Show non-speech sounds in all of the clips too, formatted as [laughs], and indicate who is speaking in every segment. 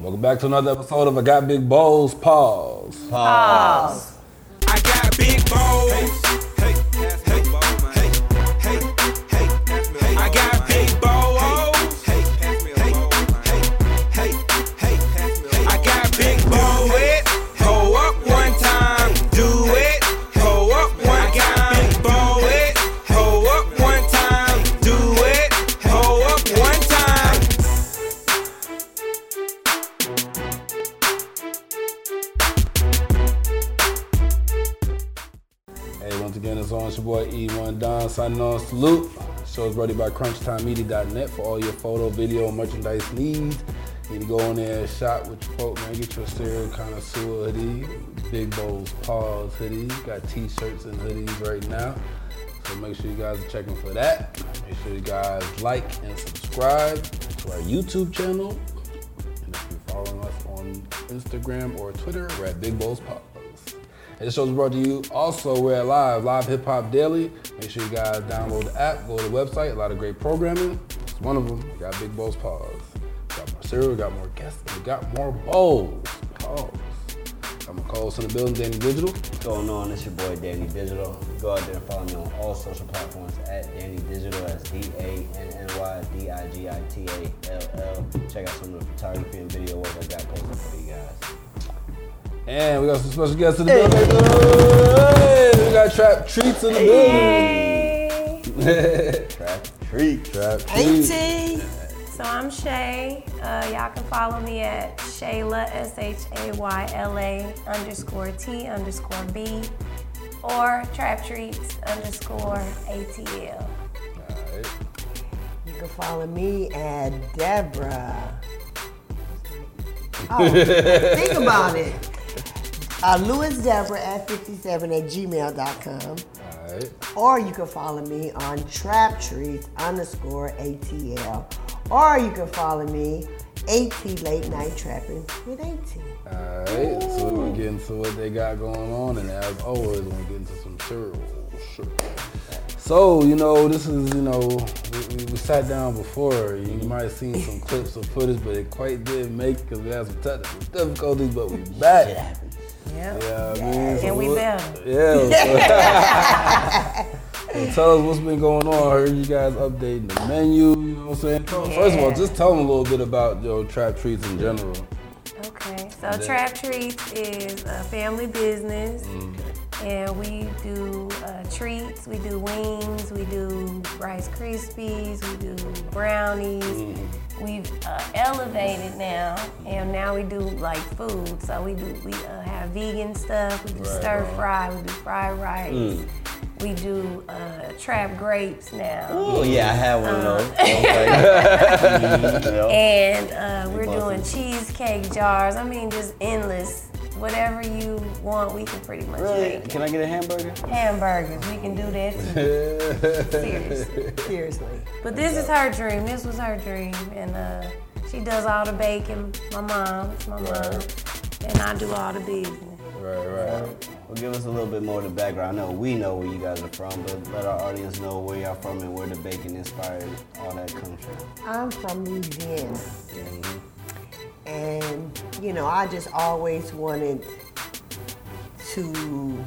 Speaker 1: Welcome back to another episode of I Got Big Balls Pause.
Speaker 2: Pause.
Speaker 3: I got big balls. I got big balls. I got big balls. Ho up one time, do it. Ho up one time, bow it. Ho up one time, do it. Ho up one time.
Speaker 1: Hey, once again, it's on. It's your boy E1 Don signing on. Salute. Show is brought to you by CrunchTimeMedia.net for all your photo, video, and merchandise needs. You need to go in there and shop with your folk, man. Get your stereo connoisseur hoodie, Big Bowls Paws hoodie. Got t-shirts and hoodies right now. So make sure you guys are checking for that. Make sure you guys like and subscribe to our YouTube channel. And if you're following us on Instagram or Twitter, we're at Big Bowls Pause. And this show's brought to you also, we're at live, live hip hop daily. Make sure you guys download the app, go to the website, a lot of great programming. It's one of them. We got Big Bowls Pause. We got more cereal, we got more guests, and we got more bowls. Pause. I'm a co-host in the building, Danny Digital.
Speaker 4: What's going on? It's your boy Danny Digital. Go out there and follow me on all social platforms at Danny Digital. That's D A N N Y D I G I T A L L. Check out some of the photography and video work I got posted for you guys.
Speaker 1: And we got some special guests in the building. Hey, we got Trap Treats in the building.
Speaker 4: Trap treat.
Speaker 1: [laughs] Trap Treats.
Speaker 2: 18. So I'm Shay. Uh, y'all can follow me at Shayla S H A Y L A underscore T underscore B or Trap Treats underscore ATL.
Speaker 1: All right.
Speaker 5: You can follow me at Deborah. Oh, think about it. Uh, Lewis Deborah at 57 at gmail.com.
Speaker 1: All right.
Speaker 5: Or you can follow me on traptrees underscore ATL. Or you can follow me AT Late Night Trapping with AT.
Speaker 1: Alright, so we're gonna get into what they got going on, and as always, we're gonna get into some cereal. Sure. So, you know, this is, you know, we, we, we sat down before, and you might have seen some clips or footage, but it quite didn't make because we had some technical difficulties, but we back. Yeah, I mean, so
Speaker 2: And we
Speaker 1: what-
Speaker 2: back.
Speaker 1: Yeah. So, so tell us what's been going on. I heard you guys updating the menu, you know what I'm saying? First of all,
Speaker 2: Yeah.
Speaker 1: just tell them a little bit about your trap treats in general.
Speaker 2: Okay, so Trap Treats is a family business,
Speaker 1: Mm-hmm.
Speaker 2: and we do uh, treats, we do wings, we do Rice Krispies, we do brownies.
Speaker 1: Mm-hmm.
Speaker 2: We've uh, elevated now, and now we do like food. So we do we uh, have vegan stuff, we do
Speaker 1: Right,
Speaker 2: stir
Speaker 1: right. Mm.
Speaker 2: fry, we do fried rice, we do uh, trap grapes now.
Speaker 4: Oh yeah, I had one of those. [laughs] Okay. Yeah.
Speaker 2: And uh, we're doing
Speaker 4: Awesome.
Speaker 2: cheesecake jars. I mean, just endless. Whatever you want, we can pretty much
Speaker 4: Really?
Speaker 2: make.
Speaker 4: Can I get a hamburger?
Speaker 2: Hamburgers, we can do that too. Seriously.
Speaker 5: Seriously.
Speaker 2: But this is her dream. This was her dream. And uh, she does all the baking. My mom, it's my mom. And I do all the business.
Speaker 1: Right, right.
Speaker 4: Well, give us a little bit more of the background. I know we know where you guys are from, but let our audience know where y'all from and where the bacon inspired all that comes from.
Speaker 5: I'm from Louisiana.
Speaker 4: Mhm.
Speaker 5: and you know i just always wanted to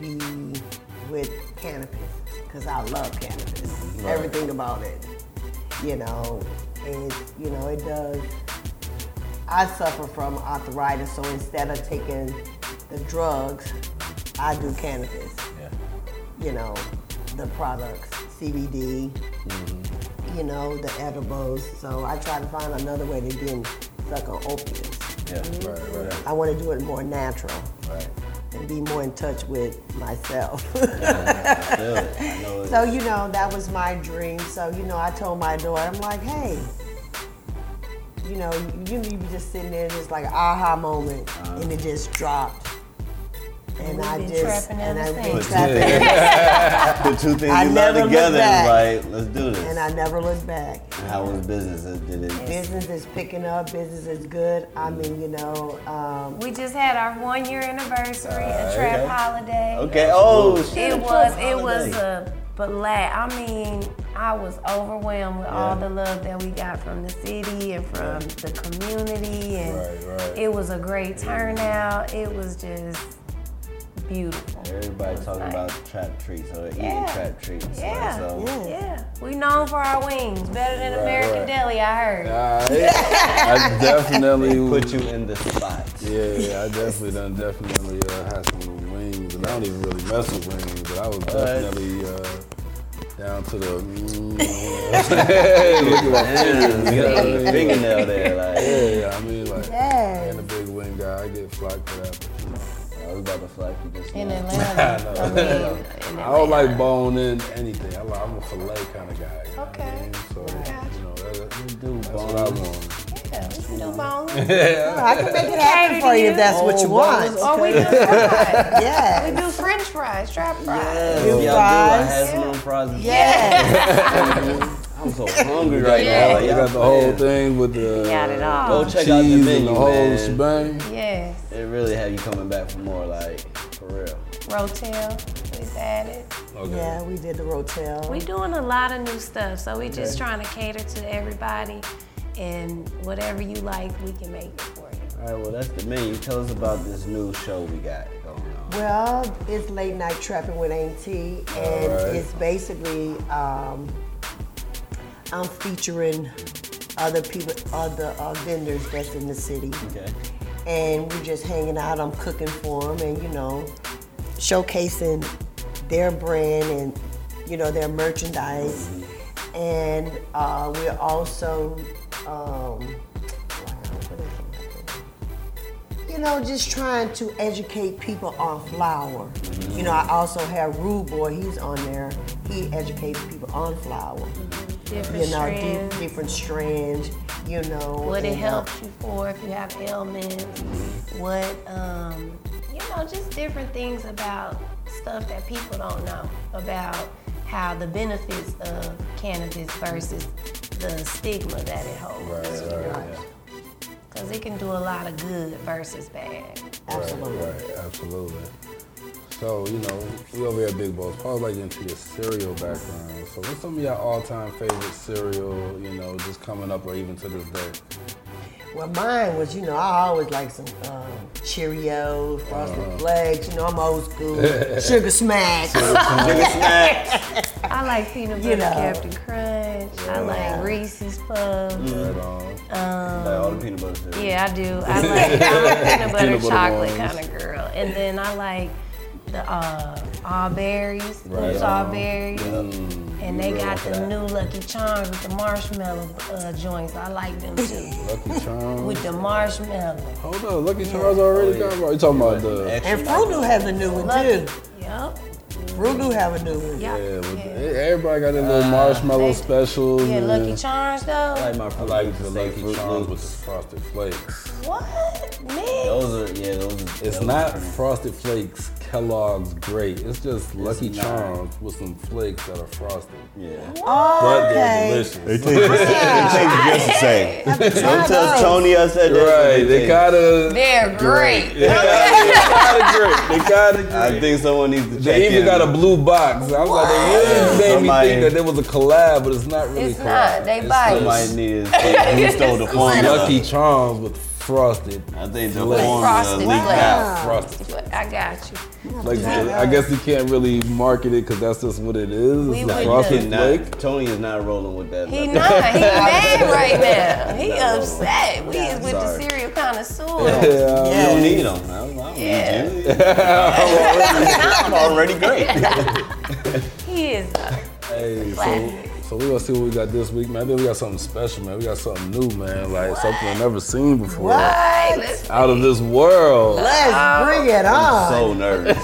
Speaker 5: be with cannabis because i love cannabis everything about it you know it you know it does i suffer from arthritis so instead of taking the drugs i do cannabis you know, the products, CBD, you know, the edibles. So I try to find another way to didn't suck on opiates.
Speaker 4: Yeah.
Speaker 1: Right, right,
Speaker 5: I want to do it more natural
Speaker 1: right.
Speaker 5: and be more in touch with myself. [laughs]
Speaker 4: Feel it. I know it.
Speaker 5: so, you know, that was my dream. So, you know, I told my daughter, I'm like, hey, you know, you, you be just sitting there, just like aha moment, and it just dropped. And,
Speaker 2: we've
Speaker 5: I
Speaker 2: been
Speaker 5: just,
Speaker 2: trapping
Speaker 5: and
Speaker 2: ever
Speaker 5: I've been
Speaker 2: since.
Speaker 5: trapping
Speaker 4: [laughs] Put two things
Speaker 5: I
Speaker 4: you love
Speaker 5: never look
Speaker 4: together
Speaker 5: back.
Speaker 4: and like, let's do this.
Speaker 5: and I never looked back.
Speaker 4: How was business? Uh, Did it?
Speaker 5: Business is picking up. Business is good. I mean, you know, um,
Speaker 2: We just had our one year anniversary, a
Speaker 4: Alright,
Speaker 2: trap
Speaker 4: okay.
Speaker 2: holiday.
Speaker 4: Okay. Oh shit.
Speaker 2: It was, it was a black. I mean, I I was overwhelmed with all
Speaker 4: Yeah.
Speaker 2: the love that we got from the city and from the community, and
Speaker 1: Right, right.
Speaker 2: it was a great turnout. It was just beautiful.
Speaker 4: Everybody
Speaker 2: It's
Speaker 4: talking
Speaker 2: like-
Speaker 4: about trap treats or eating
Speaker 2: Yeah.
Speaker 4: trap treats. like,
Speaker 2: Yeah,
Speaker 4: so
Speaker 2: yeah, We known for our wings, better than
Speaker 1: Right,
Speaker 2: American
Speaker 1: right.
Speaker 2: Deli. I heard.
Speaker 1: Alright.
Speaker 4: [laughs]
Speaker 1: I definitely
Speaker 4: put you in the
Speaker 1: [laughs]
Speaker 4: spot.
Speaker 1: Yeah, yeah, I definitely done definitely uh, had some wings, and I don't even really mess with wings, but I was definitely uh, down to the. Mm,
Speaker 4: [laughs]
Speaker 1: look at my fingers, you
Speaker 4: You got
Speaker 1: know what I
Speaker 4: a
Speaker 1: mean?
Speaker 4: fingernail there, like
Speaker 1: Yeah, yeah, I mean like,
Speaker 5: Yes.
Speaker 1: and the big wing guy, I get flack for that. But, you know.
Speaker 4: I was about to flash you just
Speaker 1: [laughs]
Speaker 2: In
Speaker 4: now.
Speaker 2: Atlanta. I mean, in
Speaker 1: I don't like
Speaker 2: Atlanta.
Speaker 1: bone in anything. I like, I'm a fillet kind of guy. you know what I
Speaker 2: Okay.
Speaker 1: mean? So you know that,
Speaker 4: You do
Speaker 1: that's
Speaker 4: bone.
Speaker 1: what I want.
Speaker 2: Yeah, we can do [laughs] boneless.
Speaker 5: I can make it happen for you if that's what you want.
Speaker 2: Or Oh, we do fries. We
Speaker 5: Yes.
Speaker 2: do french fries, strap fries.
Speaker 4: Yes, y'all do. I had
Speaker 5: fries.
Speaker 4: some on fries.
Speaker 5: Yes.
Speaker 4: I'm so hungry right now.
Speaker 2: Yeah.
Speaker 1: They
Speaker 4: Like, y'all
Speaker 1: got the whole
Speaker 4: playing.
Speaker 1: thing with the
Speaker 2: We got it all.
Speaker 4: Go check
Speaker 1: cheese
Speaker 4: out the
Speaker 1: and
Speaker 4: menu,
Speaker 1: the whole
Speaker 4: man.
Speaker 1: shebang.
Speaker 2: Yes.
Speaker 4: It really have you coming back for more, like for real.
Speaker 2: Rotel, we've added.
Speaker 1: Okay.
Speaker 5: Yeah, we did the Rotel.
Speaker 2: We doing a lot of new stuff, so we just trying to cater to everybody and whatever you like, we can make it for you.
Speaker 4: All right, well that's the menu. Tell us about this new show we got going on.
Speaker 5: Well, it's late night trapping with Auntie, and
Speaker 1: Alright.
Speaker 5: it's basically um, I'm featuring other people, other uh, vendors that's in the city,
Speaker 4: Okay.
Speaker 5: and we're just hanging out. I'm cooking for them, and you know, showcasing their brand and you know their merchandise, and uh, we're also. Um, wow, what is it? you know, just trying to educate people on flour. You know, I also have Rude Boy, he's on there. He educates people on flour.
Speaker 2: Different
Speaker 5: You know, deep-
Speaker 2: strands,
Speaker 5: different strands, you know.
Speaker 2: what it
Speaker 5: and, uh,
Speaker 2: helps you for if you have ailments, what um, you know, just different things about stuff that people don't know about how the benefits of cannabis versus the stigma that it holds.
Speaker 1: Right, right,
Speaker 5: Right.
Speaker 2: Cause it can do a lot of good versus bad.
Speaker 5: Absolutely.
Speaker 1: Right, absolutely. So, you know, we over here at Big Boss. Probably like into your cereal background. So what's some of your all-time favorite cereal, you know, just coming up or even to this day?
Speaker 5: Well, mine was, you know, I always like some um, Cheerios, Frosted Flakes. You know, I'm old school. Sugar Smacks.
Speaker 2: I like peanut butter
Speaker 5: You know.
Speaker 2: Captain Crunch. I like Reese's Puffs.
Speaker 1: Right on.
Speaker 4: like all the peanut butter cereal.
Speaker 2: Yeah,
Speaker 1: [laughs]
Speaker 2: I do. I like I'm a peanut butter
Speaker 1: Peanut butter
Speaker 2: chocolate
Speaker 1: ones.
Speaker 2: kind of girl. And then I like the uh, all berries,
Speaker 1: Right.
Speaker 2: all berries.
Speaker 1: Mm,
Speaker 2: And
Speaker 1: you
Speaker 2: they
Speaker 1: real
Speaker 2: got
Speaker 1: for
Speaker 2: the
Speaker 1: that.
Speaker 2: new Lucky Charms with the marshmallow uh, joints. I like them too.
Speaker 1: Lucky Charms.
Speaker 2: with the marshmallow.
Speaker 1: Hold up, Lucky Charms already got You talking about the
Speaker 4: Extra
Speaker 5: and Frudu has a new one,
Speaker 2: Lucky.
Speaker 5: too.
Speaker 2: Yep.
Speaker 5: Frudu have a new one.
Speaker 1: yeah,
Speaker 2: Yep.
Speaker 1: with the, eh, everybody got their little marshmallow
Speaker 2: they-
Speaker 1: specials.
Speaker 2: Yeah,
Speaker 1: and-
Speaker 2: Lucky Charms
Speaker 4: I
Speaker 2: though.
Speaker 4: like my
Speaker 1: I
Speaker 4: Fruit
Speaker 1: like
Speaker 4: Loops
Speaker 1: the
Speaker 4: to say
Speaker 1: Lucky
Speaker 4: Fruit
Speaker 1: Charms with
Speaker 4: Loops.
Speaker 1: the frosted flakes.
Speaker 2: What? Me?
Speaker 4: Those are yeah, those. Are,
Speaker 1: It's
Speaker 4: those
Speaker 1: not
Speaker 4: are pretty-
Speaker 1: Frosted Flakes, Kellogg's Great. It's just Lucky
Speaker 4: not.
Speaker 1: Charms with some flakes that are frosted.
Speaker 4: Yeah.
Speaker 1: But they're
Speaker 5: Okay.
Speaker 1: delicious.
Speaker 6: They taste, they taste just the
Speaker 2: [laughs]
Speaker 6: same. Don't tell Tony I said that.
Speaker 1: Right, they gotta.
Speaker 2: They're great.
Speaker 1: gotta great. [laughs] They gotta
Speaker 4: I think someone needs to check
Speaker 1: They even
Speaker 4: in.
Speaker 1: got a blue box. I was like, they really made
Speaker 4: Somebody-
Speaker 1: me think that there was a collab, but it's not really
Speaker 2: It's
Speaker 1: collab.
Speaker 2: not. They
Speaker 1: It's
Speaker 2: bite.
Speaker 4: Somebody needs to say
Speaker 2: [laughs]
Speaker 4: who stole the
Speaker 1: just
Speaker 4: formula.
Speaker 1: Lucky Charms with frosted.
Speaker 4: I think the
Speaker 1: With
Speaker 4: formula
Speaker 2: frosted
Speaker 4: leaked
Speaker 2: Oh.
Speaker 4: out.
Speaker 1: Frosted.
Speaker 2: But I got you.
Speaker 1: Like, I guess you can't really market it because that's just what it is.
Speaker 2: We
Speaker 1: It's a
Speaker 2: wouldn't.
Speaker 1: frosted flake. [laughs]
Speaker 4: Cannot, Tony is not rolling with that.
Speaker 2: He
Speaker 4: level.
Speaker 2: not. He mad right now. He upset. We is with the
Speaker 4: Sorry.
Speaker 2: cereal
Speaker 1: Yeah. [laughs]
Speaker 2: connoisseur.
Speaker 4: You don't
Speaker 5: Yeah.
Speaker 4: need them. I don't, I don't
Speaker 2: Yeah.
Speaker 4: need you. [laughs] I'm already great.
Speaker 2: He is. uh,
Speaker 1: Hey,
Speaker 2: Classic.
Speaker 1: so, so we gonna see what we got this week, man. I think we got something special, man. We got something new, man. Like something I've never seen before.
Speaker 2: Hey, let's-
Speaker 1: Out of this world.
Speaker 5: Let's bring it on.
Speaker 4: So nervous.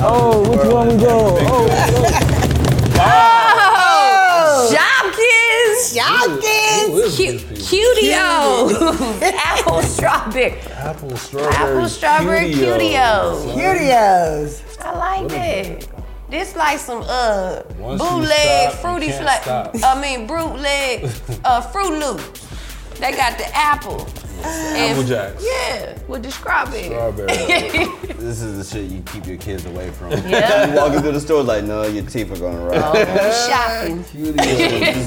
Speaker 1: Oh, which one we go? Oh,
Speaker 2: Jopkins.
Speaker 5: Y'all
Speaker 1: who is
Speaker 5: kids.
Speaker 2: Oh, Cu-
Speaker 1: this people?
Speaker 2: Cutio. Apple [laughs] strawberry.
Speaker 1: Apple strawberry.
Speaker 2: Apple strawberry Cutio.
Speaker 5: Curios.
Speaker 2: I like that. This like some uh
Speaker 1: Once you
Speaker 2: bootleg
Speaker 1: stop, you
Speaker 2: fruity
Speaker 1: can't
Speaker 2: flake.
Speaker 1: stop. [laughs]
Speaker 2: I mean bootleg uh fruit loop. They got the apple,
Speaker 1: Apple Jacks.
Speaker 7: Yeah, with the strawberry.
Speaker 1: Strawberry.
Speaker 6: This is the shit you keep your kids away from.
Speaker 7: Yeah. Oh.
Speaker 1: [laughs]
Speaker 6: you walking through the store like, no, your teeth are gonna rot.
Speaker 7: Shocking.
Speaker 6: There's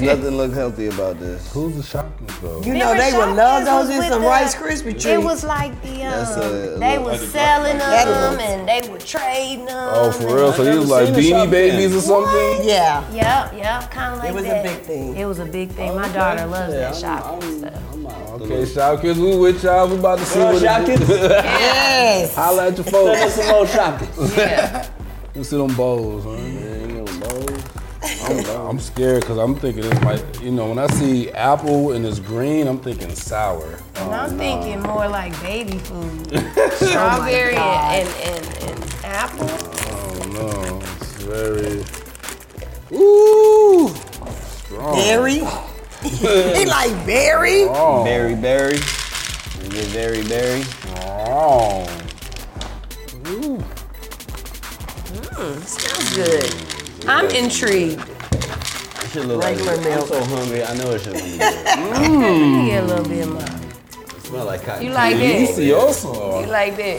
Speaker 7: [laughs]
Speaker 6: nothing look healthy about this.
Speaker 1: Who's the shocking though?
Speaker 5: You know
Speaker 2: Remember
Speaker 5: they would
Speaker 2: Shopkins
Speaker 5: love those
Speaker 2: was
Speaker 5: in
Speaker 2: with
Speaker 5: some
Speaker 2: the-
Speaker 5: Rice Krispie treats.
Speaker 2: It was like the
Speaker 6: That's
Speaker 2: um,
Speaker 6: a-
Speaker 2: they
Speaker 6: look,
Speaker 2: was
Speaker 6: I do-
Speaker 2: selling
Speaker 5: That
Speaker 2: them
Speaker 5: is-
Speaker 2: and they were trading them.
Speaker 1: Oh, for real? So
Speaker 6: I've
Speaker 1: you was
Speaker 6: never
Speaker 1: like
Speaker 6: seen a
Speaker 1: beanie
Speaker 6: Shopkins.
Speaker 1: babies or something?
Speaker 5: yeah.
Speaker 2: Yep, yep, kind of like that.
Speaker 5: was a big thing.
Speaker 2: It was a big thing. My daughter loves that shopping stuff.
Speaker 1: Okay, shout kids, we with y'all. We about to see
Speaker 4: Girl,
Speaker 1: what it is.
Speaker 4: Shopkins.
Speaker 5: Yes.
Speaker 1: Holla at your
Speaker 4: Send us
Speaker 1: folks.
Speaker 4: some old Shopkins.
Speaker 1: You see them bowls, man. [laughs] I'm, I'm scared because I'm thinking it's like, you know, when I see apple and it's green, I'm thinking sour.
Speaker 2: And I'm thinking more like baby food.
Speaker 5: Oh
Speaker 2: Strawberry and, and, and, and apple.
Speaker 1: Oh no, it's very. Ooh! Strong.
Speaker 5: Berry. [laughs] he like berry.
Speaker 1: Strong.
Speaker 6: Berry, berry. You get berry, berry.
Speaker 1: Strong. Ooh.
Speaker 7: Smells good. I'm intrigued.
Speaker 6: It should look like
Speaker 5: Regular
Speaker 6: I'm
Speaker 5: milk.
Speaker 6: so hungry. I know it should look good.
Speaker 2: Yeah, a little bit more.
Speaker 6: Smell like cotton.
Speaker 7: You like that? You
Speaker 1: Delicioso.
Speaker 7: like that?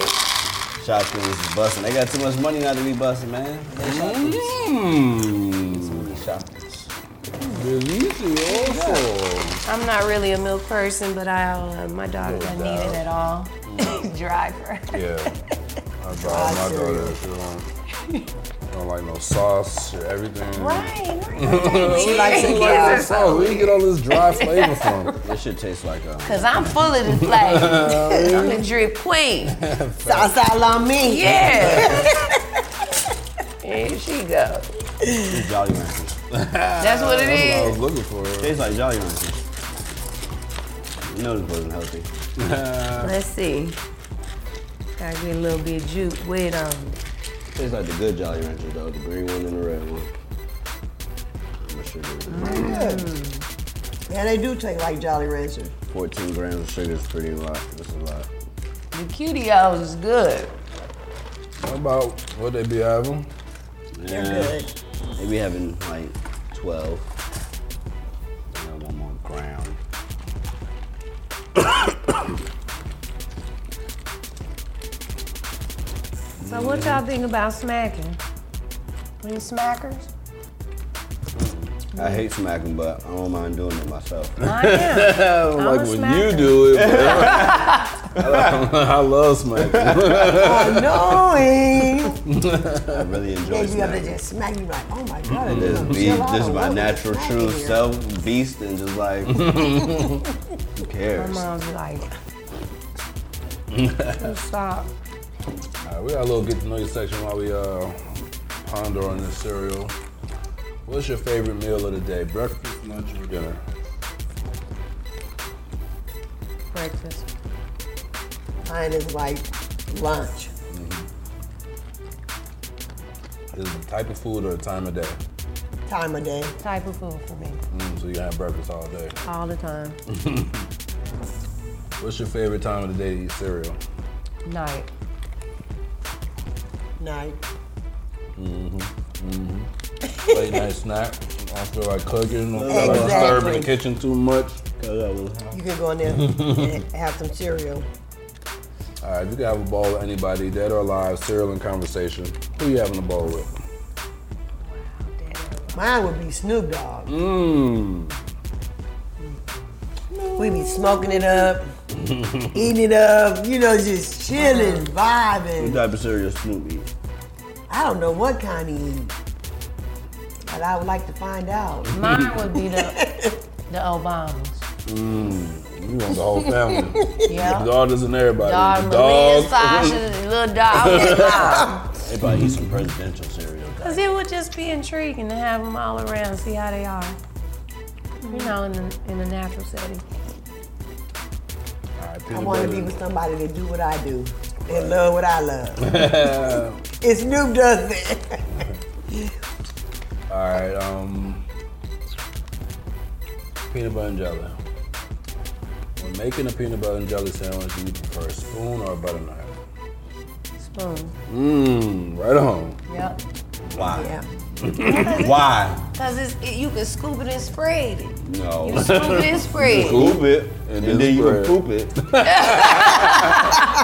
Speaker 6: Shopkins is busting. They got too much money now to be busting, man. They Shopkins.
Speaker 1: Mmm.
Speaker 6: Shopkins.
Speaker 1: Delicioso.
Speaker 2: I'm not really a milk person, but I uh, my daughter doesn't need it at all. [laughs] Dry for her.
Speaker 1: Yeah. I bought my daughter. She don't, [laughs] she Mm. don't like no sauce or everything.
Speaker 2: Right,
Speaker 5: She likes it dry.
Speaker 1: Sauce. Where you get all this dry flavor from?
Speaker 6: This should taste like uh, a.
Speaker 7: Cause I'm full of
Speaker 2: [laughs]
Speaker 7: the
Speaker 2: Oh,
Speaker 7: flavor. I'm the drip queen.
Speaker 5: Salsa la mi.
Speaker 2: [laughs]
Speaker 7: Yeah. Here she go.
Speaker 6: It's Jolly Ranchers.
Speaker 7: That's what it
Speaker 1: I
Speaker 7: is.
Speaker 1: was looking for it.
Speaker 6: Tastes like Jolly Ranchers. You know this wasn't healthy.
Speaker 7: Let's see.
Speaker 2: Gotta get a little bit of juke with um.
Speaker 6: Tastes like the good Jolly Ranchers though, the green one and the red one. I'm a sugar.
Speaker 5: Yeah, they do taste like Jolly Rancher.
Speaker 6: 14 grams of sugar is pretty a lot. That's a lot.
Speaker 7: The QDOs is good.
Speaker 1: How about what they be having?
Speaker 6: They're
Speaker 5: good. [laughs]
Speaker 6: They be having like 12. I got one more ground.
Speaker 2: So what y'all think about smacking? We smackers?
Speaker 6: I hate smacking, but I don't mind doing it myself.
Speaker 1: I
Speaker 2: I am. [laughs]
Speaker 1: don't
Speaker 2: I'm a
Speaker 1: like when
Speaker 2: smacker.
Speaker 1: you
Speaker 2: [laughs]
Speaker 1: do it. but- I love smacking.
Speaker 5: Oh, eh,
Speaker 6: [laughs]
Speaker 5: Annoying.
Speaker 6: I
Speaker 5: [laughs]
Speaker 6: really enjoy
Speaker 5: Then you have to
Speaker 6: smacking.
Speaker 5: just smack you like, oh my god. I
Speaker 6: This,
Speaker 5: didn't
Speaker 6: be,
Speaker 5: chill out.
Speaker 6: this is
Speaker 5: I
Speaker 6: my
Speaker 5: love
Speaker 6: natural
Speaker 5: this
Speaker 6: true
Speaker 5: smack here.
Speaker 6: self, beast, and just
Speaker 5: [laughs]
Speaker 6: like, who
Speaker 2: My
Speaker 6: cares?
Speaker 2: mom's like, [laughs] "You stop.
Speaker 1: All right, we got a little get to know you section while we uh, ponder on this cereal. What's your favorite meal of the day? Breakfast, lunch, or dinner?
Speaker 2: Breakfast.
Speaker 5: Mine is like lunch.
Speaker 1: Is it a type of food or a time of day?
Speaker 5: Time of day.
Speaker 2: Type of food for me.
Speaker 1: Mm, so you have breakfast all day.
Speaker 2: All the time.
Speaker 1: What's your favorite time of the day to eat cereal?
Speaker 2: Night.
Speaker 5: Night.
Speaker 1: Late night snack. I don't feel like cooking. I don't feel like disturbing
Speaker 5: Exactly.
Speaker 1: the kitchen too much.
Speaker 5: You can go in there
Speaker 6: [laughs]
Speaker 5: and have some cereal.
Speaker 1: All right, if you could have a bowl with anybody, dead or alive, cereal and conversation, who you having a bowl with?
Speaker 5: Mine would be Snoop Dogg.
Speaker 1: Mmm.
Speaker 5: We be smoking it up,
Speaker 6: [laughs]
Speaker 5: eating it up, you know, just chilling, vibing.
Speaker 6: type of cereal Snoop eat?
Speaker 5: I don't know what kind he eat, but I would like to find out.
Speaker 2: Mine would be the the Obamas.
Speaker 1: You want the whole family. The
Speaker 2: Yeah.
Speaker 1: daughters and everybody.
Speaker 7: Dog,
Speaker 1: the
Speaker 7: Maria,
Speaker 1: dogs.
Speaker 7: Sasha, little dog.
Speaker 6: They probably eat some presidential cereal.
Speaker 2: Cause it would just be intriguing to have them all around, see how they are. You know, in the, in the natural setting.
Speaker 1: All right,
Speaker 5: I
Speaker 1: peanut
Speaker 5: want to
Speaker 1: butter.
Speaker 5: be with somebody that do what I do and love what I love. It's Snoop does it.
Speaker 1: [laughs] All right, um, peanut butter and jelly. When making a peanut butter and jelly sandwich, do you prefer a spoon or a butter knife?
Speaker 2: Spoon.
Speaker 1: Mmm, right on.
Speaker 2: Yep.
Speaker 6: Wow.
Speaker 5: Yeah.
Speaker 6: [laughs]
Speaker 8: Why?
Speaker 2: Cause it's, it, you can scoop it and spread it. You
Speaker 6: No.
Speaker 2: scoop it and spread it.
Speaker 6: Scoop it, and,
Speaker 1: then
Speaker 6: then you can
Speaker 1: spread.
Speaker 6: poop it. [laughs]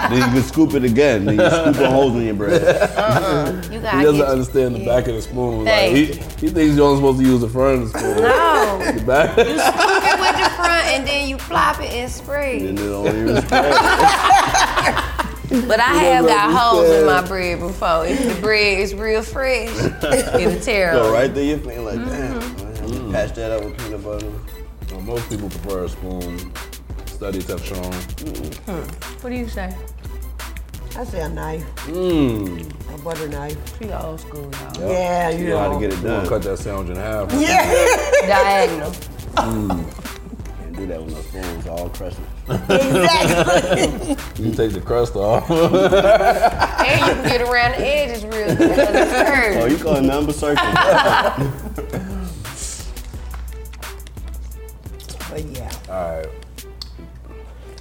Speaker 6: then you can scoop it again. Then you scoop a hole in your bread. [laughs]
Speaker 2: You
Speaker 1: He
Speaker 2: gotta
Speaker 1: doesn't
Speaker 2: get.
Speaker 1: understand the back of the spoon. Like,
Speaker 2: Thank
Speaker 1: he,
Speaker 2: you.
Speaker 1: he thinks you're only supposed to use the front of the spoon.
Speaker 2: No,
Speaker 1: The [laughs] back.
Speaker 2: scoop it with the front and then you plop it and spread
Speaker 6: And
Speaker 2: it.
Speaker 6: it don't even spread.
Speaker 2: But I have got holes in my
Speaker 6: understand.
Speaker 2: bread before. If the bread is real fresh, it'll tear
Speaker 6: Go
Speaker 2: up.
Speaker 6: right through your finger like damn. man. Patch that up with peanut butter.
Speaker 1: Well, most people prefer a spoon. Studies have shown.
Speaker 2: What do you say?
Speaker 5: I say a knife,
Speaker 1: Mmm.
Speaker 5: a butter knife.
Speaker 2: She old school, y'all.
Speaker 5: Yeah, you
Speaker 6: You know how to
Speaker 5: know.
Speaker 6: get it
Speaker 1: We're gonna
Speaker 6: done.
Speaker 1: cut that sandwich in half.
Speaker 5: [laughs] Yeah,
Speaker 2: Diagonal.
Speaker 6: Can't do that with no spoons. All crushed.
Speaker 5: exactly.
Speaker 1: You take the crust off. [laughs]
Speaker 2: And you can get around the edges real good. 'cause it's
Speaker 6: Oh, [laughs]
Speaker 2: curved.
Speaker 6: you call a number circle?
Speaker 5: but yeah,
Speaker 1: All right.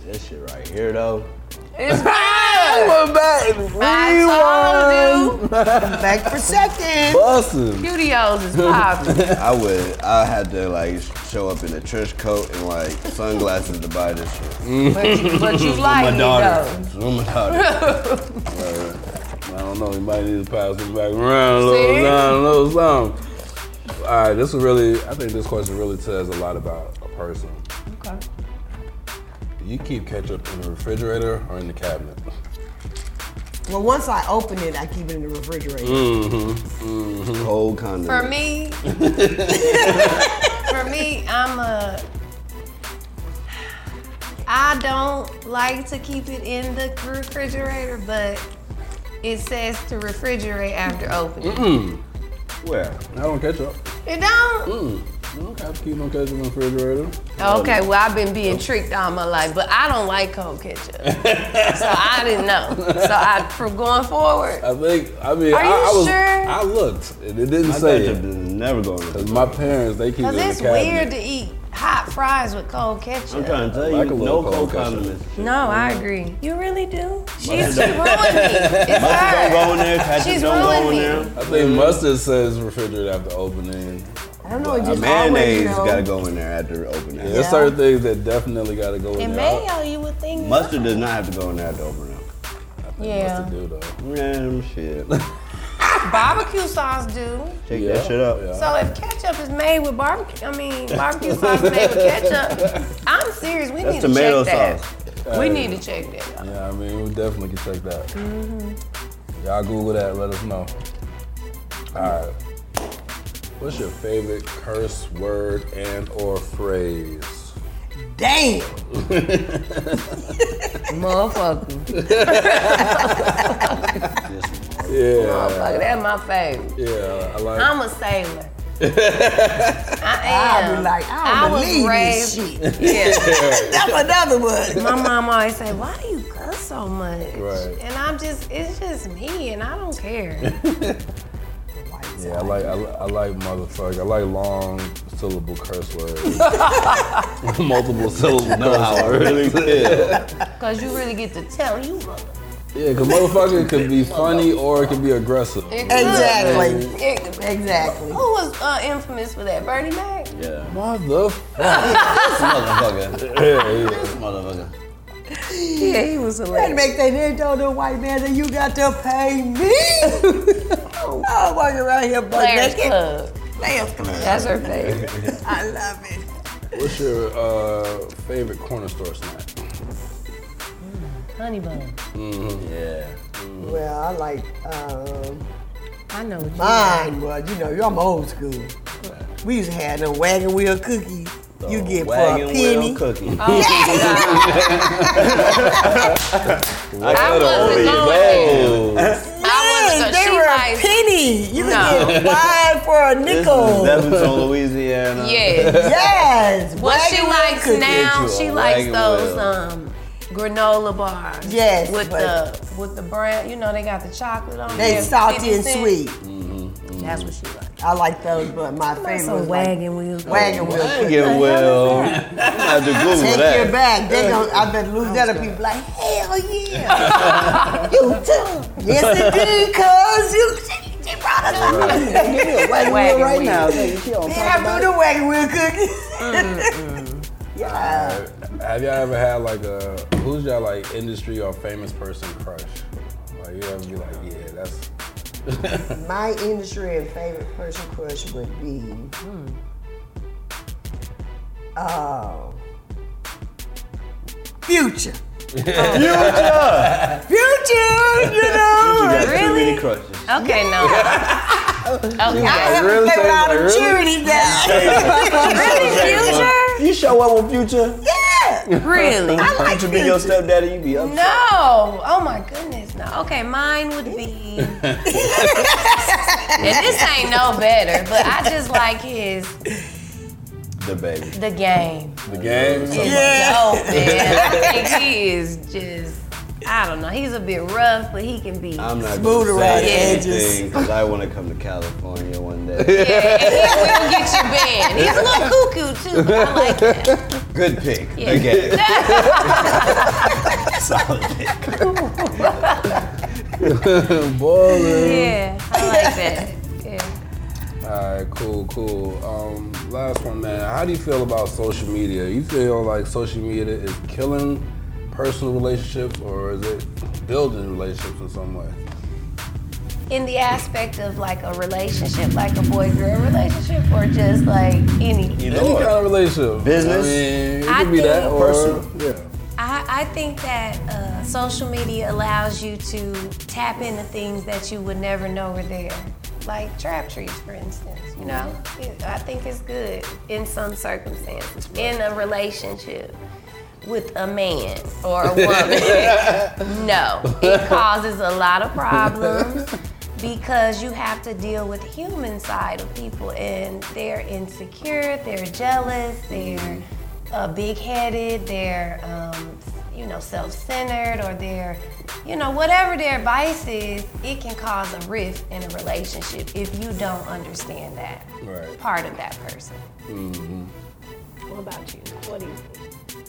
Speaker 6: this shit right here though.
Speaker 2: It's good.
Speaker 1: We're back.
Speaker 2: I told you.
Speaker 5: back for second.
Speaker 1: Bussin'.
Speaker 2: Studios is popping.
Speaker 6: I would. I had to like show up in a trench coat and like sunglasses to buy this shit.
Speaker 2: But you, but you like it, though.
Speaker 6: Oh my
Speaker 2: [laughs]
Speaker 6: daughter.
Speaker 1: I don't know. You might need to pass this back around a little
Speaker 2: See?
Speaker 1: something, a little something. All right. This is really. I think this question really tells a lot about a person.
Speaker 2: Okay.
Speaker 1: Do you keep ketchup in the refrigerator or in the cabinet?
Speaker 5: Well, once I open it, I keep it in the refrigerator.
Speaker 6: Mm.
Speaker 2: Mm-hmm.
Speaker 6: Cold condom.
Speaker 2: For me, for me, I'm a. I don't like to keep it in the refrigerator, but it says to refrigerate after opening.
Speaker 6: Where?
Speaker 1: I don't ketchup.
Speaker 2: It don't.
Speaker 1: Mm. I don't have to keep no ketchup in the refrigerator.
Speaker 2: Okay, well I've been being tricked all my life, but I don't like cold ketchup, so I didn't know. So I, from going forward,
Speaker 1: I think. I mean,
Speaker 2: Are
Speaker 1: I,
Speaker 2: you
Speaker 1: I was.
Speaker 2: sure?
Speaker 1: I looked. and It didn't
Speaker 6: I
Speaker 1: say
Speaker 6: say
Speaker 1: it.
Speaker 6: it. Never going to.
Speaker 1: Cause my parents, they keep it
Speaker 2: cause
Speaker 1: in the
Speaker 2: it's
Speaker 1: cabinet.
Speaker 2: weird to eat hot fries with cold ketchup.
Speaker 6: I'm trying to tell
Speaker 1: Like a
Speaker 6: you,
Speaker 1: little
Speaker 6: no
Speaker 1: cold
Speaker 6: cold
Speaker 1: ketchup.
Speaker 6: condiments.
Speaker 2: No, I agree. You really do? She's
Speaker 6: don't-
Speaker 2: ruined me. It's
Speaker 6: Don't go
Speaker 2: her.
Speaker 6: in there. Ketchup
Speaker 2: She's
Speaker 6: don't go in
Speaker 2: ruined
Speaker 6: there.
Speaker 2: me.
Speaker 1: I think mustard says refrigerator after opening.
Speaker 5: I don't know. It
Speaker 6: A
Speaker 5: just always,
Speaker 6: mayonnaise
Speaker 5: you know,
Speaker 6: gotta go in there after opening.
Speaker 1: There's
Speaker 5: Yeah.
Speaker 1: certain things that definitely gotta go in
Speaker 2: And
Speaker 1: there.
Speaker 2: mayo, you would think.
Speaker 6: Mustard does not have to go in there after opening.
Speaker 1: Mustard
Speaker 2: Yeah.
Speaker 1: do though.
Speaker 6: Random shit.
Speaker 2: Barbecue sauce do.
Speaker 6: Check
Speaker 1: Yeah,
Speaker 6: that shit up.
Speaker 1: yeah.
Speaker 2: So if ketchup is made with barbecue, I mean barbecue sauce made with ketchup. I'm serious. We
Speaker 6: That's
Speaker 2: need
Speaker 6: tomato
Speaker 2: to check
Speaker 6: sauce.
Speaker 2: that. We need to check that. out.
Speaker 1: Yeah, I mean we definitely can check that.
Speaker 2: Mm-hmm.
Speaker 1: Y'all Google that. Let us know. All right. What's your favorite curse word and or phrase?
Speaker 5: Damn.
Speaker 2: Motherfucker.
Speaker 1: Yeah,
Speaker 2: Motherfucker. That's my favorite.
Speaker 1: yeah. I like.
Speaker 2: I'm a sailor. I
Speaker 5: I'll
Speaker 2: am.
Speaker 5: be like,
Speaker 2: I
Speaker 5: I don't
Speaker 2: was
Speaker 5: believe
Speaker 2: raised-
Speaker 5: this shit.
Speaker 2: [laughs] Yeah.
Speaker 5: That's another one.
Speaker 2: [laughs] My mom always say, "Why do you cuss so much?"
Speaker 1: Right.
Speaker 2: And I'm just, it's just me, and I don't care.
Speaker 1: yeah, I like. I, li- I like motherfucker. I like long syllable curse
Speaker 2: [laughs]
Speaker 1: words. [laughs] Multiple syllable curse
Speaker 6: I
Speaker 1: words.
Speaker 6: really feel.
Speaker 2: Cause you really get to tell you. mother-
Speaker 1: Yeah, because motherfucker could
Speaker 6: [laughs]
Speaker 1: be funny or it could be aggressive.
Speaker 2: It could.
Speaker 5: Exactly.
Speaker 2: It-
Speaker 5: Exactly.
Speaker 2: who was uh, infamous for that? Bernie Mac.
Speaker 6: Yeah.
Speaker 1: Motherfucker.
Speaker 6: Motherfucker.
Speaker 1: Yeah,
Speaker 6: Motherfucker.
Speaker 2: Yeah, he was
Speaker 5: Trying to
Speaker 2: hilarious.
Speaker 5: make that head told the white man that you got to pay
Speaker 2: [laughs]
Speaker 5: me. Oh, I'm walking around here butt
Speaker 2: Players
Speaker 5: naked.
Speaker 2: Club.
Speaker 5: Players Club.
Speaker 2: That's her favorite.
Speaker 5: I love it.
Speaker 1: What's your uh, favorite corner store snack?
Speaker 2: Honey bun.
Speaker 6: Yeah.
Speaker 5: Well, I like um,
Speaker 2: I know. what you-
Speaker 5: mine was, you know, I'm old school. We used to have them wagon wheel cookies. You get for a
Speaker 6: Wagon wheel
Speaker 5: penny.
Speaker 6: cookie.
Speaker 2: Oh,
Speaker 6: [laughs]
Speaker 2: I wasn't going there. I
Speaker 5: Man,
Speaker 2: wasn't.
Speaker 5: they
Speaker 2: she
Speaker 5: were
Speaker 2: like,
Speaker 5: a penny. You could
Speaker 2: No.
Speaker 5: get five for a
Speaker 6: This is
Speaker 5: nickel.
Speaker 6: Davidson, Louisiana.
Speaker 2: yeah.
Speaker 5: [laughs] Yes.
Speaker 2: What she
Speaker 5: wagon wheel
Speaker 2: likes
Speaker 5: cookies.
Speaker 2: now,
Speaker 6: Get you
Speaker 2: she
Speaker 6: a
Speaker 2: likes
Speaker 6: wagon
Speaker 2: those
Speaker 6: wheel.
Speaker 2: um, granola bars.
Speaker 5: Yes,
Speaker 2: with
Speaker 5: but-
Speaker 2: the with the brown, you know, they got the chocolate on
Speaker 5: They
Speaker 2: there,
Speaker 5: salty and
Speaker 2: 50
Speaker 5: sweet.
Speaker 2: That's what she likes.
Speaker 5: I like those, but my favorite was like
Speaker 2: wheel.
Speaker 5: wagon wheel cookies.
Speaker 6: Wagon
Speaker 2: [laughs]
Speaker 6: wheel. I had to Google
Speaker 5: Take your
Speaker 6: that.
Speaker 5: bag. They gonna, I bet Louisiana people like, hell yeah. you too. Yes, it do, cuz. You, [laughs] product.
Speaker 6: Give me a wagon
Speaker 2: Wagon
Speaker 6: wheel right
Speaker 2: wheel.
Speaker 6: now. Nigga, she don't talk
Speaker 5: Yeah, I
Speaker 6: about it.
Speaker 5: do the wagon wheel cookies. Yeah.
Speaker 1: Have y'all ever had like a who's y'all like industry or famous person crush? Like you ever be like, yeah, that's
Speaker 5: My industry and favorite person crush would be. Oh. Future. Future. Future, you know.
Speaker 6: She got too
Speaker 2: Really?
Speaker 6: many crushes.
Speaker 2: Okay, no.
Speaker 6: [laughs]
Speaker 5: I
Speaker 2: Okay.
Speaker 5: have to
Speaker 1: Really,
Speaker 5: play with all them
Speaker 1: really?
Speaker 5: charities now.
Speaker 2: Really,
Speaker 6: You show up with Future?
Speaker 5: Yeah.
Speaker 6: [laughs]
Speaker 2: future? Really?
Speaker 5: I like
Speaker 6: Future be your
Speaker 5: Future.
Speaker 6: stepdaddy, you be up.
Speaker 2: No. Oh my goodness, no. Okay, mine would be. and this ain't no better, but I just like his
Speaker 6: The baby.
Speaker 2: the game.
Speaker 1: the game.
Speaker 2: It's dope, man. I think he is just. I don't know. He's a bit rough, but he can be.
Speaker 6: I'm not
Speaker 5: Smooth
Speaker 6: gonna
Speaker 5: around the
Speaker 6: say
Speaker 5: edges.
Speaker 6: anything because I want to come to California one
Speaker 2: [laughs]
Speaker 6: day.
Speaker 2: Yeah, and he will get you banned. He's a little cuckoo too, but I like him.
Speaker 6: Good pick.
Speaker 2: Yeah. [laughs]
Speaker 6: Again. [laughs] Solid pick.
Speaker 1: Baller.
Speaker 2: Yeah, I like that. Yeah.
Speaker 1: Alright, cool, cool. Um, last one, man. How do you feel about social media? You feel like social media is killing personal relationships, or is it building relationships in some way?
Speaker 7: in the aspect of like a relationship, like a boy girl relationship, or just like any.
Speaker 6: Either
Speaker 1: Any
Speaker 6: or.
Speaker 1: kind of relationship,
Speaker 6: Business?
Speaker 1: I mean, it
Speaker 2: I
Speaker 1: could be that
Speaker 2: think-
Speaker 1: or
Speaker 6: Personal.
Speaker 1: yeah.
Speaker 2: I, I think that uh, social media allows you to tap into things that you would never know were there, like trap trees, for instance. You know,
Speaker 7: Mm-hmm.
Speaker 2: It- I think it's good in some circumstances, in a relationship with a man
Speaker 1: [laughs]
Speaker 2: or a woman. no, it causes a lot of problems because you have to deal with the human side of people and they're insecure, they're jealous, they're uh, big-headed, they're um, you know self-centered, or they're you know whatever their vice is, it can cause a rift in a relationship if you don't understand that
Speaker 1: Right.
Speaker 2: part of that person. What about you? What do you think?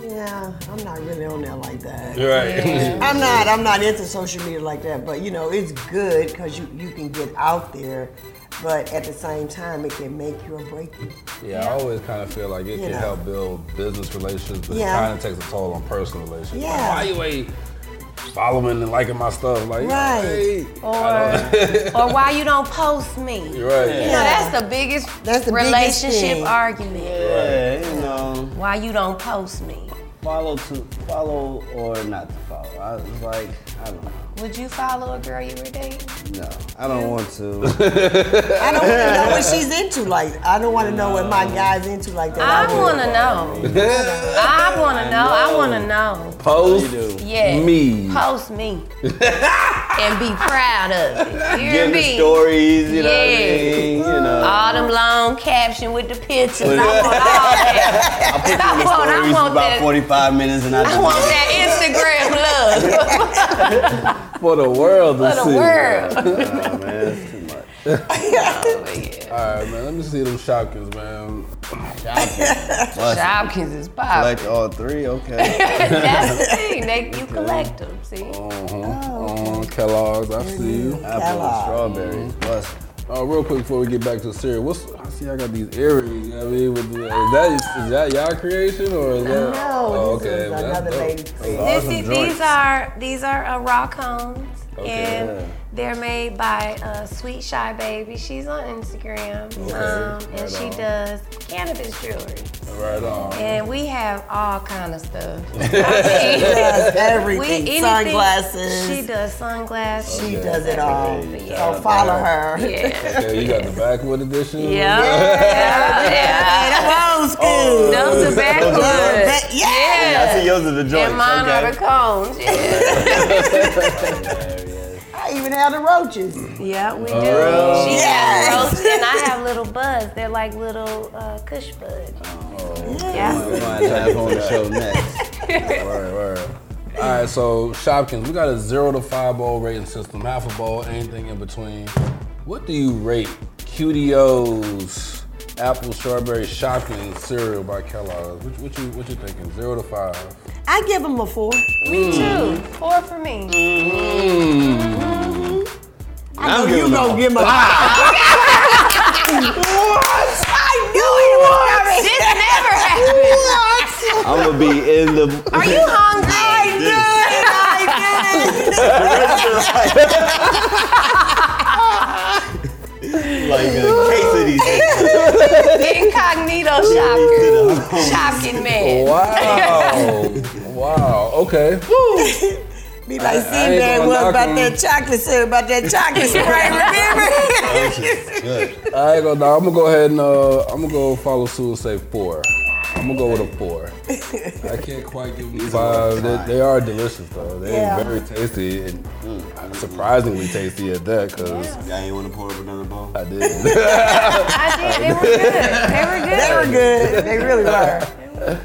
Speaker 5: Yeah, I'm not really on there like that.
Speaker 1: Right.
Speaker 5: I'm not. I'm not into social media like that. But you know, it's good because you you can get out there. But at the same time, it can make you or break you.
Speaker 1: [laughs] Yeah, I always kind of feel like it
Speaker 5: You
Speaker 1: can
Speaker 5: know.
Speaker 1: help build business relationships, but
Speaker 5: Yeah.
Speaker 1: it kind of takes a toll on personal relationships.
Speaker 5: Yeah.
Speaker 1: Like, why you ain't following and liking my stuff? Like,
Speaker 5: Right.
Speaker 1: hey,
Speaker 2: Or or why you don't post me?
Speaker 1: you're [laughs] right.
Speaker 2: You know, that's the biggest
Speaker 5: That's the biggest
Speaker 2: relationship
Speaker 5: thing.
Speaker 2: argument.
Speaker 6: Yeah, you know,
Speaker 2: Why you don't post me?
Speaker 6: follow to follow or not to follow. I was like, I don't know.
Speaker 2: Would you follow a girl you were dating?
Speaker 6: No, I don't want to.
Speaker 5: I don't want to know
Speaker 2: [laughs]
Speaker 5: what she's into. Like I don't want to know what my guy's into like
Speaker 2: I
Speaker 5: that.
Speaker 2: want to
Speaker 6: [laughs]
Speaker 2: know. I want to know. I want to know.
Speaker 1: Post
Speaker 2: Yeah.
Speaker 1: me.
Speaker 2: Post
Speaker 6: [laughs]
Speaker 2: me. and be proud of it. [laughs] You hear
Speaker 6: Give
Speaker 2: me?
Speaker 6: the stories, you know what I
Speaker 2: Yeah.
Speaker 6: mean? You know,
Speaker 2: All them long caption with the pictures. I want
Speaker 6: [laughs]
Speaker 2: all that.
Speaker 6: I put
Speaker 2: [laughs] I
Speaker 6: in the
Speaker 2: want- I
Speaker 6: stories
Speaker 2: want
Speaker 6: about
Speaker 2: that.
Speaker 6: 45 minutes and I
Speaker 2: I
Speaker 6: just
Speaker 2: want that Instagram love
Speaker 1: For the world to
Speaker 2: for
Speaker 1: see.
Speaker 2: the
Speaker 6: [laughs]
Speaker 2: world.
Speaker 6: Oh, man, it's too much.
Speaker 2: [laughs]
Speaker 5: [laughs]
Speaker 1: All right, man. Let me see them Shopkins, man.
Speaker 2: Jobkins is popping.
Speaker 6: Like all three,
Speaker 2: [laughs]
Speaker 6: okay.
Speaker 2: That's the thing. They, you collect them. See.
Speaker 1: Oh, Uh-huh. Uh, Kellogg's, I see you.
Speaker 6: Apple and strawberries, plus
Speaker 1: Uh, real quick before we get back to cereal, what's I see? I got these earrings. You know what I mean, with the, is that is that y'all creation or is that?
Speaker 5: No,
Speaker 1: Oh,
Speaker 5: this is
Speaker 1: man, that's
Speaker 5: another
Speaker 1: dope.
Speaker 5: lady's creation.
Speaker 2: This
Speaker 6: Awesome
Speaker 2: is-
Speaker 6: joints.
Speaker 2: these are these are uh, raw cones,
Speaker 1: Okay.
Speaker 2: and
Speaker 6: Yeah.
Speaker 2: they're made by uh, Sweet Shy Baby. She's on Instagram, um, and
Speaker 1: Right
Speaker 2: she
Speaker 1: on.
Speaker 2: does cannabis jewelry.
Speaker 1: Right on.
Speaker 5: [laughs]
Speaker 2: And we have all kind of stuff.
Speaker 5: does
Speaker 2: [laughs] we
Speaker 5: everything.
Speaker 2: anything-
Speaker 5: Sunglasses.
Speaker 2: She does sunglasses.
Speaker 5: She does it all.
Speaker 2: Yeah.
Speaker 5: So
Speaker 2: [laughs]
Speaker 5: follow [laughs] her.
Speaker 2: Yeah.
Speaker 1: Okay, you got the backwood edition. [laughs]
Speaker 2: Yeah. yeah.
Speaker 5: [laughs] Old
Speaker 2: Oh,
Speaker 5: school.
Speaker 2: Those are backwards.
Speaker 5: But yeah.
Speaker 6: I see
Speaker 2: Yeah.
Speaker 6: yours are the joints.
Speaker 2: And mine are
Speaker 6: Okay.
Speaker 2: the cones. Yeah.
Speaker 5: I even have the roaches.
Speaker 2: Yeah, we do. She
Speaker 5: Oh. Yes.
Speaker 2: has roasts and I
Speaker 5: [laughs]
Speaker 2: have little buds. They're like little uh, cush buds.
Speaker 5: Oh.
Speaker 2: Yeah.
Speaker 6: We might have on the show next.
Speaker 1: Word, word. All right, so Shopkins, we got a zero to five bowl rating system, half a bowl, anything in between. What do you rate QDO's apple strawberry Shopkins cereal by Kellogg's? What, what you what you thinking? Zero to five.
Speaker 5: I give them a four. Mm.
Speaker 2: Me too. Four for me.
Speaker 5: I I
Speaker 6: [laughs] I'm
Speaker 5: know you
Speaker 6: giving
Speaker 5: gonna
Speaker 6: a
Speaker 5: give him a five. what? I knew he was coming.
Speaker 7: This never happened.
Speaker 5: What? [laughs]
Speaker 6: I'm gonna be in the.
Speaker 7: Are you hungry?
Speaker 5: I knew it. I knew it.
Speaker 6: [laughs] like uh, a case of these things.
Speaker 5: [laughs]
Speaker 7: Incognito
Speaker 2: [laughs]
Speaker 7: shopper.
Speaker 6: Mm,
Speaker 7: Shopkin man.
Speaker 1: [laughs] Wow. wow. Okay.
Speaker 5: Be like, see,
Speaker 1: ain't
Speaker 5: man,
Speaker 1: gonna
Speaker 5: what
Speaker 1: knock
Speaker 5: about
Speaker 1: on-
Speaker 5: that chocolate syrup, about that
Speaker 1: [laughs]
Speaker 5: chocolate spray, [laughs] remember?
Speaker 1: I ain't gonna. I'm gonna go ahead and uh, I'm gonna go follow suit and say four. I'm gonna go with a four. I can't quite give them five. They, they are delicious though. They're
Speaker 5: Yeah.
Speaker 1: very tasty and surprisingly tasty at that because
Speaker 6: [laughs] Y'all ain't wanna pour up another bowl?
Speaker 1: I did. [laughs]
Speaker 2: I did. They were good. They were good.
Speaker 5: they were good. They really were.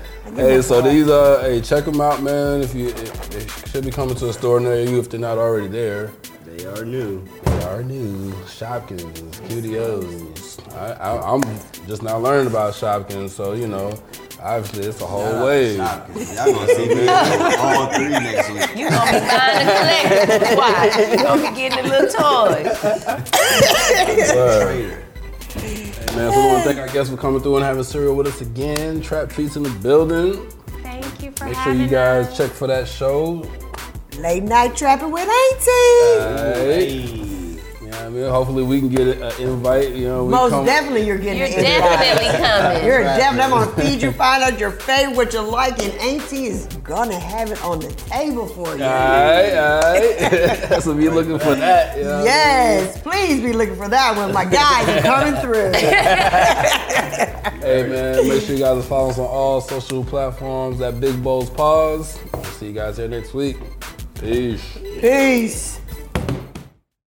Speaker 1: hey, so these uh, hey, check them out, man. If you, if, they should be coming to a store near you if they're not already there.
Speaker 6: They are new.
Speaker 1: Our new Shopkins, QDOs. I, I, I'm just now learning about Shopkins, so you know, obviously it's a whole wave.
Speaker 6: Y'all gonna see [laughs] me on all three next week.
Speaker 7: You gonna be buying a collectible watch. You gonna be getting the little toys.
Speaker 6: Later.
Speaker 1: Man, so we want to thank our guests for coming through and having cereal with us again. Trap Treats in the building.
Speaker 2: Thank you for
Speaker 1: Make sure
Speaker 2: having
Speaker 1: you guys
Speaker 2: us.
Speaker 1: check for that show.
Speaker 5: Late night trapping with 18.
Speaker 1: Uh, Hey. You know what I mean? Hopefully we can get an invite. You know, we
Speaker 5: Most
Speaker 1: come.
Speaker 5: definitely you're getting [laughs]
Speaker 7: You're
Speaker 5: an invite.
Speaker 7: definitely coming.
Speaker 5: You're definitely. I'm gonna feed you, find out your favorite, what you like, and Auntie is gonna have it on the table for you.
Speaker 1: Alright, [laughs] alright. so be looking for that. You know?
Speaker 5: Yes, please be looking for that one. My guys are
Speaker 1: [laughs]
Speaker 5: coming through.
Speaker 1: Hey man, make sure you guys are following us on all social platforms at Big Bowls Pause. See you guys here next week. Peace.
Speaker 5: Peace.